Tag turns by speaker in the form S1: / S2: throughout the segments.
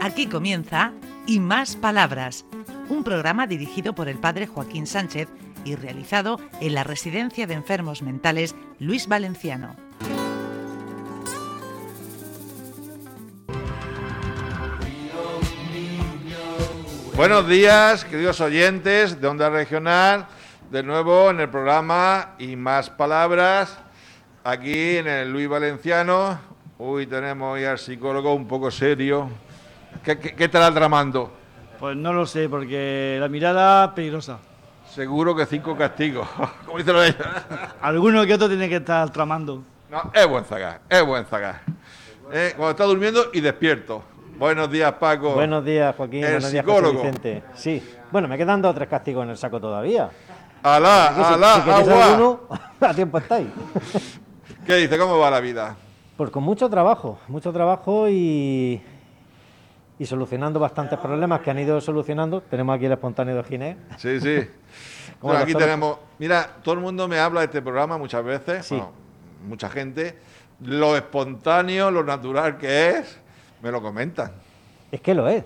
S1: Aquí comienza Y Más Palabras, un programa dirigido por el padre Joaquín Sánchez y realizado en la Residencia de Enfermos Mentales Luis Valenciano.
S2: Buenos días, queridos oyentes de Onda Regional, de nuevo en el programa Y Más Palabras, aquí en el Luis Valenciano. Uy, tenemos hoy al psicólogo un poco serio. ¿Qué, qué, qué tal tramando?
S3: Pues no lo sé, porque la mirada peligrosa.
S2: Seguro que cinco castigos, como dicen los ellos.
S3: Alguno que otro tiene que estar tramando.
S2: No, es buen zagar, es buen zagar. Eh, cuando está durmiendo y despierto. Buenos días, Paco.
S4: Buenos días, Joaquín.
S2: El
S4: Buenos días,
S2: psicólogo.
S4: José Vicente. Sí. Bueno, me quedan dos o tres castigos en el saco todavía.
S2: Alá,
S4: Si-
S2: alá,
S4: si queréis
S2: agua.
S4: alguno, a tiempo estáis.
S2: ¿Qué dice? ¿Cómo va la vida?
S4: Pues con mucho trabajo, mucho trabajo y, y solucionando bastantes problemas que han ido solucionando. Tenemos aquí el espontáneo de Ginés.
S2: Sí, sí.
S4: Como
S2: Bueno,
S4: el
S2: aquí
S4: doctor-
S2: tenemos. Mira, todo el mundo me habla de este programa muchas veces,
S4: Sí.
S2: bueno, mucha gente. Lo espontáneo, lo natural que es, me lo comentan.
S4: Es que lo es,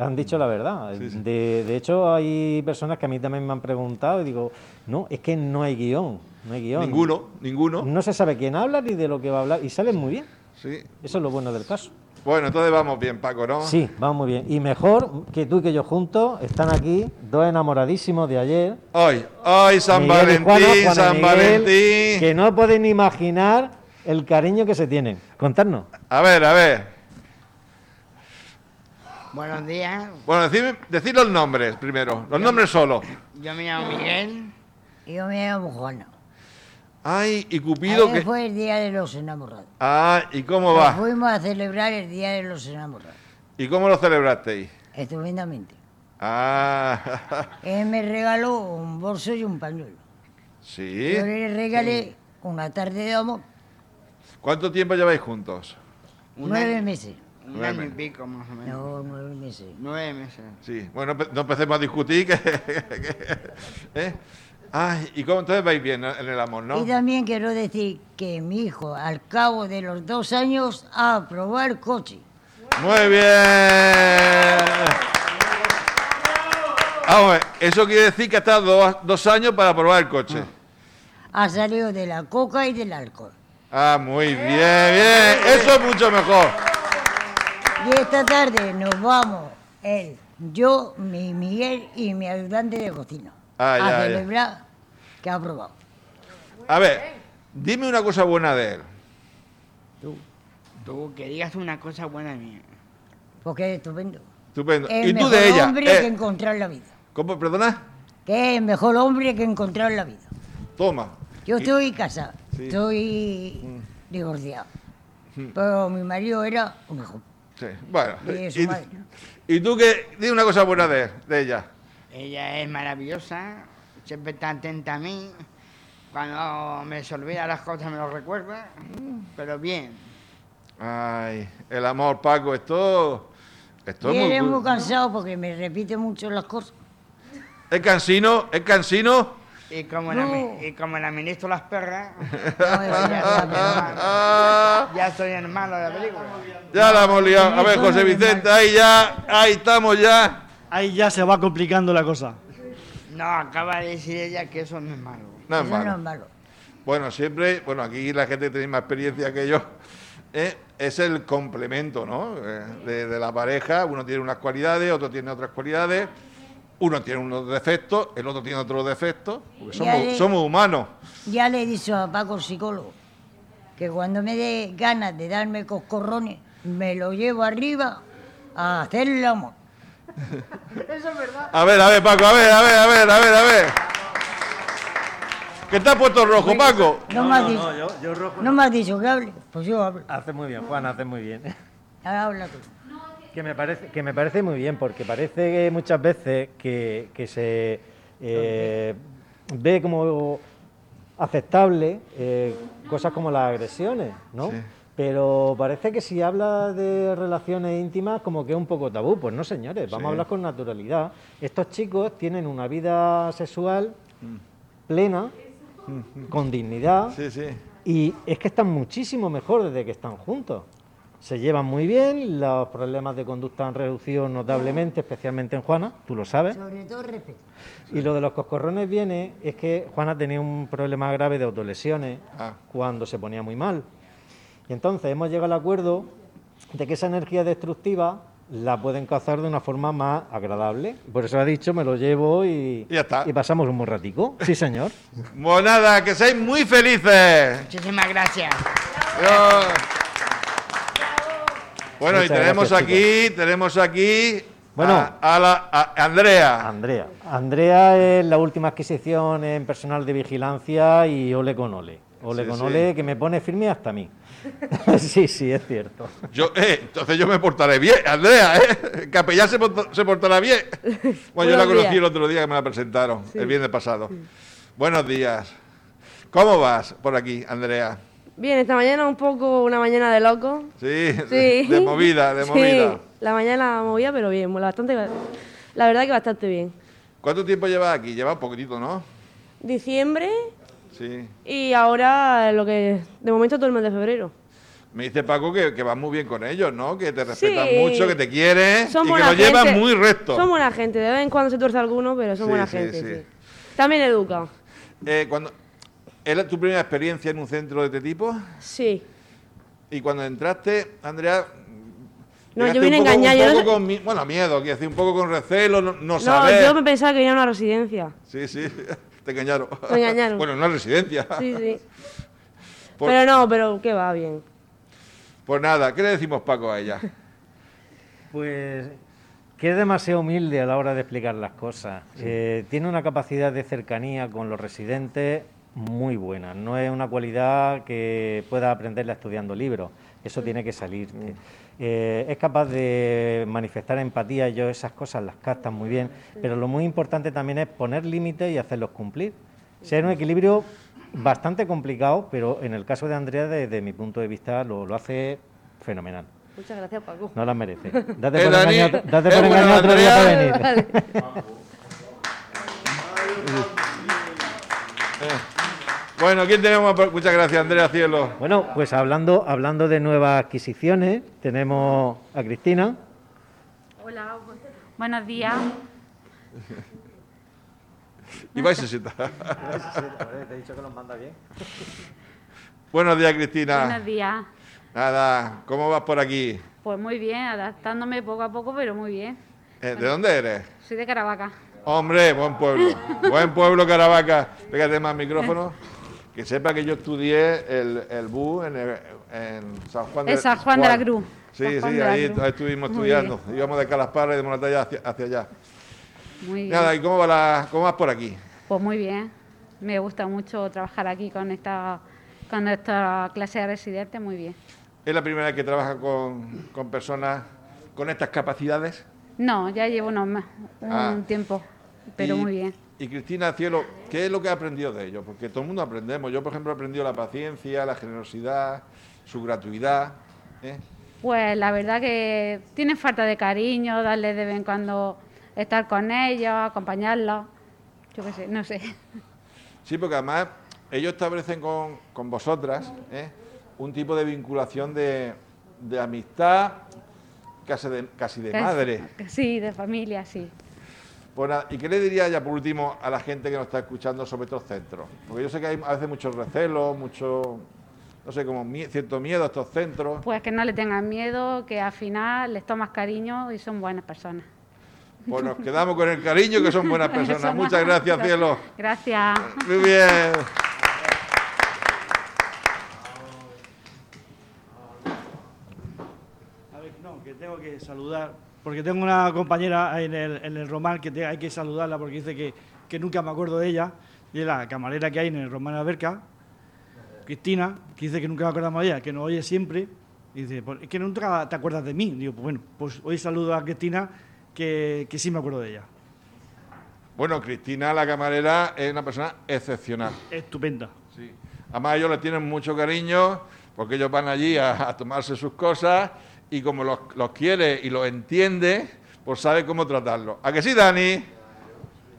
S4: han dicho la verdad.
S2: Sí, sí.
S4: De, de hecho, hay personas que a mí también me han preguntado y digo, no, es que no hay guión, no hay guión.
S2: Ninguno, ninguno.
S4: No se sabe quién habla ni de lo que va a hablar y salen muy bien.
S2: Sí.
S4: Eso es lo bueno del caso.
S2: Bueno, entonces vamos bien, Paco, ¿no?
S4: Sí, vamos muy bien. Y mejor que tú y que yo juntos están aquí dos enamoradísimos de ayer.
S2: Hoy, hoy San
S4: Miguel
S2: Valentín,
S4: y Juana, Juana y
S2: San
S4: Miguel,
S2: Valentín.
S4: Que no pueden imaginar el cariño que se tienen. Contarnos.
S2: A ver, a ver.
S5: Buenos días,
S2: Bueno, decid, decid los nombres primero. Los nombres solo.
S5: yo me llamo Miguel.
S6: Y Yo me llamo Juana.
S2: Ay, y Cupido
S6: Ayer
S2: que.
S6: fue el Día de los Enamorados.
S2: Ah, ¿y cómo
S6: Nos
S2: va?
S6: Fuimos a celebrar el Día de los Enamorados.
S2: ¿Y cómo lo celebrasteis?
S6: Estupendamente.
S2: Ah,
S6: Él me regaló un bolso y un pañuelo.
S2: sí.
S6: Yo le regalé una tarde de amor,
S2: ¿Cuánto tiempo lleváis juntos?
S5: Un
S6: nueve
S5: año-
S6: meses.
S5: Un
S2: Nueve
S5: año y
S2: meses.
S5: pico más o menos.
S6: No, nueve meses.
S5: Nueve meses.
S2: Sí. Bueno, pe- no empecemos a discutir. Que, que- ¿eh? Ay, ¿y cómo entonces vais bien en el amor, no?
S6: Y también quiero decir que mi hijo, al cabo de los dos años, aprobó el coche.
S2: Muy bien. Vamos a ver, eso quiere decir que estás dos, dos años para probar el coche.
S6: Mm. Ha salido de la coca y del alcohol.
S2: Ah, muy bien, bien. Eso es mucho mejor.
S6: Y esta tarde nos vamos, él, yo, mi Miguel y mi ayudante de cocina.
S2: Ah,
S6: a
S2: ya, ya.
S6: celebrar que ha probado.
S2: A ver, dime una cosa buena de él.
S5: Tú, que digas una cosa buena mía.
S6: Porque es estupendo.
S2: Estupendo.
S6: Es
S2: ¿Y
S6: el
S2: tú
S6: mejor
S2: de ella?
S6: hombre
S2: eh,
S6: que encontrar en la vida.
S2: ¿Cómo? ¿Perdona?
S6: Que es el mejor hombre que encontrar en la vida.
S2: Toma.
S6: Yo
S2: Y-
S6: estoy casada,
S2: Sí. Mm.
S6: estoy divorciada. Pero mi marido era un hijo.
S2: sí, bueno.
S6: de su
S2: y,
S6: madre.
S2: y tú que dime una cosa buena de, él, de ella?
S5: Ella es maravillosa, siempre está atenta a mí. Cuando me se olvida las cosas me lo recuerda, pero bien.
S2: Ay, el amor, Paco, esto. Esto
S6: Y él
S2: es
S6: es muy
S2: muy.
S6: cansado porque me repite mucho las cosas.
S2: ¿Es cansino? ¿Es cansino?
S5: Y como, la, mi-
S6: No.
S5: y como la ministro las perras,
S6: No, eso ya está, pero-
S2: Ah,
S5: ya soy el malo de la película.
S2: ya la hemos liado. A ver,
S6: Eso no
S2: José
S6: es
S2: Vicente,
S6: normal.
S2: ahí ya, ahí estamos ya.
S3: Ahí ya se va complicando la cosa.
S5: No, acaba de decir ella que eso no es malo.
S2: No es
S6: eso no es
S2: malo.
S6: malo.
S2: Bueno, siempre, bueno, aquí la gente tiene más experiencia que yo. ¿eh? Es el complemento, ¿no? Eh, De, de la pareja, uno tiene unas cualidades, otro tiene otras cualidades, uno tiene unos defectos, el otro tiene otros defectos, porque
S6: Ya
S2: somos,
S6: le-
S2: somos humanos.
S6: Ya le he dicho a Paco, el psicólogo, que cuando me dé ganas de darme coscorrones, me lo llevo arriba a hacer el amor.
S2: A ver, a ver, Paco, a ver, a ver, a ver, a ver, a ver. ¿Qué te has puesto rojo, Paco?
S6: No, me, has dicho, no,
S4: yo, rojo.
S6: me has dicho que hable, pues yo hablo.
S4: Haces muy bien, Juan, haces muy bien.
S6: Ahora habla tú.
S4: Que me parece, que me parece muy bien, porque parece que muchas veces que, que se eh, ve como aceptable eh, cosas como las agresiones, ¿no?
S2: Sí.
S4: Pero parece que si habla de relaciones íntimas como que es un poco tabú. Pues no, señores, vamos
S2: Sí.
S4: a hablar con naturalidad. Estos chicos tienen una vida sexual plena, con dignidad,
S2: Sí, sí.
S4: y es que están muchísimo mejor desde que están juntos. O se llevan muy bien, los problemas de conducta han reducido notablemente, especialmente en Juana, tú lo sabes.
S6: Sobre todo respeto.
S4: Y lo de los coscorrones viene es que Juana tenía un problema grave de autolesiones
S2: Ah.
S4: cuando se ponía muy mal. Y entonces hemos llegado al acuerdo de que esa energía destructiva la pueden cazar de una forma más agradable. Por eso ha dicho, me lo llevo y,
S2: Y ya está.
S4: y pasamos un buen ratico. Sí, señor.
S2: Monada, Pues que seáis muy felices.
S5: Muchísimas gracias.
S2: Adiós. Bueno, y
S4: Muchas
S2: tenemos
S4: gracias,
S2: aquí, tenemos aquí
S4: Bueno.
S2: a, a la- a Andrea.
S4: Andrea. Andrea es la última adquisición en personal de vigilancia y ole con ole. Ole
S2: Sí,
S4: con
S2: sí.
S4: ole, que me pone firme hasta a mí. sí, sí, es cierto.
S2: Yo, eh, entonces yo me portaré bien, Andrea, ¿eh? El Capellán se, porta- se portará bien. Bueno, yo la
S7: Buenos días.
S2: conocí el otro día que me la presentaron, el viernes pasado. Buenos días. ¿Cómo vas por aquí, Andrea?
S7: Bien, esta mañana un poco una mañana de loco.
S2: Sí,
S7: Sí.
S2: de movida, de
S7: Sí,
S2: movida.
S7: La mañana movida, pero bien, bastante. La verdad que bastante bien.
S2: ¿Cuánto tiempo llevas aquí? Llevas poquitito, ¿no?
S7: Diciembre
S2: Sí.
S7: y ahora lo que. De momento todo el mes de febrero.
S2: Me dice Paco que, que vas muy bien con ellos, ¿no? Que te respetan
S7: Sí.
S2: mucho, que te quieren
S7: Son
S2: y que
S7: buena
S2: lo llevan
S7: gente.
S2: muy recto.
S7: Son buena gente, de vez en cuando se tuerce alguno, pero son
S2: Sí,
S7: buena
S2: sí,
S7: gente.
S2: sí.
S7: Sí. También educados.
S2: Eh, cuando, ¿Era tu primera experiencia en un centro de este tipo?
S7: Sí.
S2: Y cuando entraste, Andrea...
S7: No,
S2: llegaste
S7: yo vine
S2: un poco-
S7: engañada,
S2: un
S7: yo no
S2: poco
S7: sé-
S2: con mi- bueno, miedo, quiero decir, un poco con recelo, no, no,
S7: No,
S2: saber.
S7: yo me pensaba que venía a una residencia.
S2: Sí, sí, te engañaron.
S7: Me engañaron.
S2: bueno, en una residencia.
S7: Sí, sí.
S2: Por-
S7: Pero no, pero que va bien.
S2: Pues nada, ¿qué le decimos Paco a ella?
S4: Pues que es demasiado humilde a la hora de explicar las cosas. Eh, tiene una capacidad de cercanía con los residentes muy buena. No es una cualidad que pueda aprenderla estudiando libros. Eso tiene que salirte. Eh, es capaz de manifestar empatía. Yo esas cosas las captan muy bien. Pero lo muy importante también es poner límites y hacerlos cumplir. O sea, es un equilibrio bastante complicado, pero en el caso de Andrea, desde mi punto de vista, lo- lo hace fenomenal.
S7: Muchas gracias, Paco.
S4: No las merece. Date
S2: Eh,
S4: por
S2: Dani,
S4: engañado, date
S2: eh,
S4: por
S2: bueno,
S4: engañado otro día para
S2: Andrea.
S4: venir.
S7: Vale.
S2: Bueno, ¿quién tenemos? por- Muchas gracias, Andrea Cielo.
S4: Bueno, pues hablando, hablando de nuevas adquisiciones, tenemos a Cristina.
S8: Hola, bu- buenos días.
S2: Y vais a sentar. ¿eh? Buenos días, Cristina.
S8: Buenos días.
S2: Nada, ¿cómo vas por aquí?
S8: Pues muy bien, adaptándome poco a poco, pero muy bien.
S2: Eh, ¿De dónde eres?
S8: Soy de Caravaca.
S2: Hombre, buen pueblo. Buen pueblo, Caravaca. Pégate más micrófono. Que sepa que yo estudié el, el BU en, el- en San Juan de,
S8: En San Juan de la Cruz.
S2: Sí,
S8: San Juan
S2: sí,
S8: de la
S2: ahí
S8: Cruz.
S2: estuvimos
S8: Muy bien.
S2: estudiando. Íbamos de Calasparra y de Moratalla hacia, hacia allá.
S8: Muy bien.
S2: Nada, ¿y cómo, va la- cómo vas por aquí?
S8: Pues muy bien. Me gusta mucho trabajar aquí con esta, con esta clase de residentes, muy bien.
S2: ¿Es la primera vez que trabajas con, con personas con estas capacidades?
S8: No, ya llevo unos más, un
S2: Ah.
S8: tiempo, pero
S2: Y-
S8: muy bien.
S2: Y Cristina Cielo, ¿qué es lo que has aprendido de ellos? Porque todo el mundo aprendemos. Yo, por ejemplo, he aprendido la paciencia, la generosidad, su gratuidad. ¿eh?
S8: Pues la verdad que tienen falta de cariño, darles de vez en cuando estar con ellos, acompañarlos. Yo qué sé, no sé.
S2: Sí, porque además ellos establecen con, con vosotras ¿eh? un tipo de vinculación de, de amistad casi de, casi de madre.
S8: Sí, de familia, sí.
S2: Pues nada, ¿Y qué le diría ya por último a la gente que nos está escuchando sobre estos centros? Porque yo sé que hay a veces muchos recelos, mucho, no sé, como mie- cierto miedo a estos centros.
S8: Pues que no le tengan miedo, que al final les tomas cariño y son buenas personas.
S2: Pues nos quedamos con el cariño, que son buenas personas. Muchas gracias, cielo.
S8: Gracias.
S2: Muy bien.
S3: A ver, no, que tengo que saludar, porque tengo una compañera en el, en el Román que te- hay que saludarla porque dice que, que nunca me acuerdo de ella, y es la camarera que hay en el Román Alberca, Cristina, que dice que nunca me acordamos de ella, que nos oye siempre, y dice, "Pues es que nunca te acuerdas de mí. Digo, pues bueno, pues hoy saludo a Cristina, que, que sí me acuerdo de ella.
S2: Bueno, Cristina, la camarera, es una persona excepcional.
S3: Estupenda.
S2: Sí. Además, ellos le tienen mucho cariño porque ellos van allí a, a tomarse sus cosas y como los, los quiere y los entiende, pues sabe cómo tratarlos. ¿A que sí, Dani?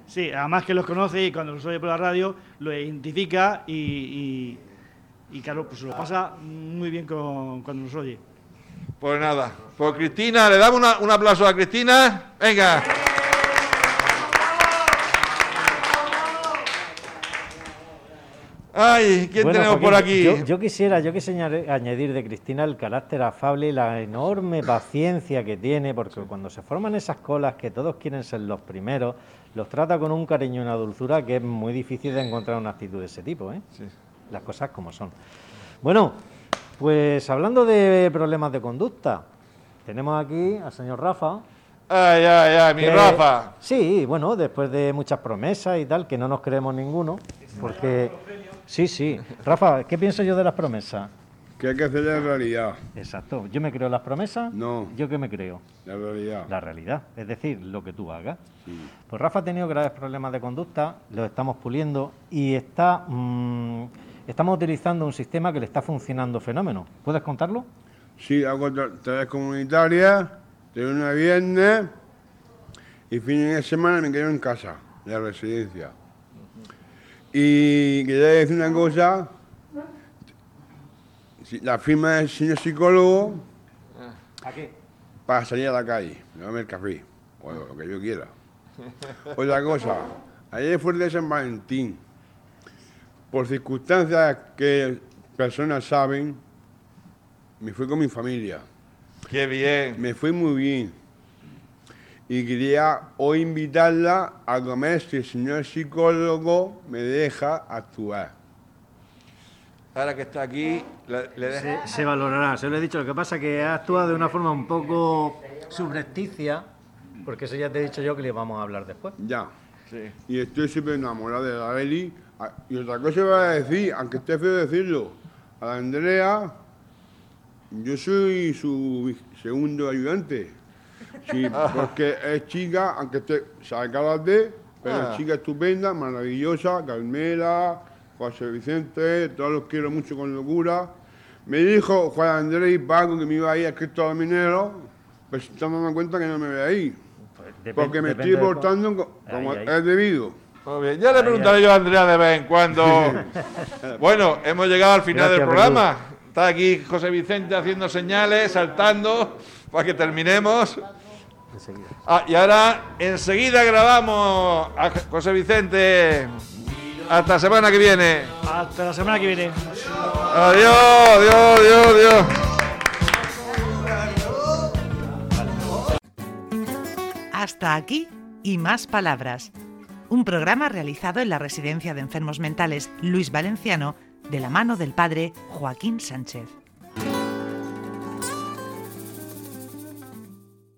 S3: Sí, además que los conoce y cuando los oye por la radio, lo identifica y, y, y, claro, pues se lo pasa muy bien con, cuando los oye.
S2: Pues nada, pues Cristina, le damos una- un aplauso a Cristina. Venga. Ay, ¿quién
S4: Bueno,
S2: tenemos
S4: Joaquín,
S2: por aquí?
S4: Yo, yo quisiera, yo quisiera añadir de Cristina el carácter afable y la enorme paciencia que tiene, porque cuando se forman esas colas que todos quieren ser los primeros, los trata con un cariño y una dulzura que es muy difícil de encontrar una actitud de ese tipo, ¿eh?
S2: Sí.
S4: Las cosas como son. Bueno, pues hablando de problemas de conducta, tenemos aquí al señor Rafa.
S2: Ay, ay, ay, mi
S4: que-
S2: Rafa.
S4: Eh, Sí, bueno, después de muchas promesas y tal, que no nos creemos ninguno, porque... Sí, sí. Rafa, ¿qué pienso yo de las promesas?
S9: ¿Qué hay que hacer la realidad?
S4: Exacto. Yo me creo las promesas.
S9: No.
S4: Yo qué me creo.
S9: La realidad.
S4: La realidad. Es decir, lo que tú hagas. Pues Rafa ha tenido graves problemas de conducta, los estamos puliendo y está, mm, estamos utilizando un sistema que le está funcionando fenómeno. ¿Puedes contarlo?
S9: Sí, hago tra- tareas comunitarias, de lunes a viernes, y fines de semana me quedo en casa, en la residencia. Y quería decir una cosa, si- la firma del señor psicólogo
S4: ¿A qué?
S9: para salir a la calle, a el café, o lo que yo quiera. Otra cosa, ayer fue el día de San Valentín. Por circunstancias que personas saben, me fui con mi familia.
S2: Qué bien.
S9: Me fue muy bien. Y quería hoy invitarla a comer si el señor psicólogo me deja actuar.
S2: Ahora que está aquí, le, le dejo-
S4: Se, se valorará, se lo he dicho. Lo que pasa es que ha actuado de una forma un poco subrepticia, porque eso ya te he dicho yo que le vamos a hablar después.
S9: Ya.
S2: Sí.
S9: Y estoy siempre enamorado de la Eli. A- Y otra cosa voy a decir, aunque esté feo decirlo, a la Andrea, yo soy su segundo ayudante. Sí, porque es chica, aunque esté sacada de, pero
S2: Ah.
S9: es chica estupenda, maravillosa, Carmela, José Vicente, todos los quiero mucho con locura. Me dijo Juan Andrés y Paco que me iba a ir a Cristóbal Minero, pues dándome cuenta que no me voy a ir.
S4: Pues
S9: Porque me estoy portando co- como
S4: Ahí, ahí.
S9: es debido.
S2: Muy bien. Ya le preguntaré yo a Andrea de vez en cuando. bueno, hemos llegado al final del
S4: Gracias,
S2: programa. Está aquí José Vicente haciendo señales, saltando, para que terminemos. Ah, y ahora enseguida grabamos a José Vicente. Hasta semana que viene.
S3: Hasta la semana que viene.
S2: Adiós, adiós, adiós, adiós.
S1: Hasta aquí y más palabras. Un programa realizado en la Residencia de Enfermos Mentales Luis Valenciano de la mano del padre Joaquín Sánchez.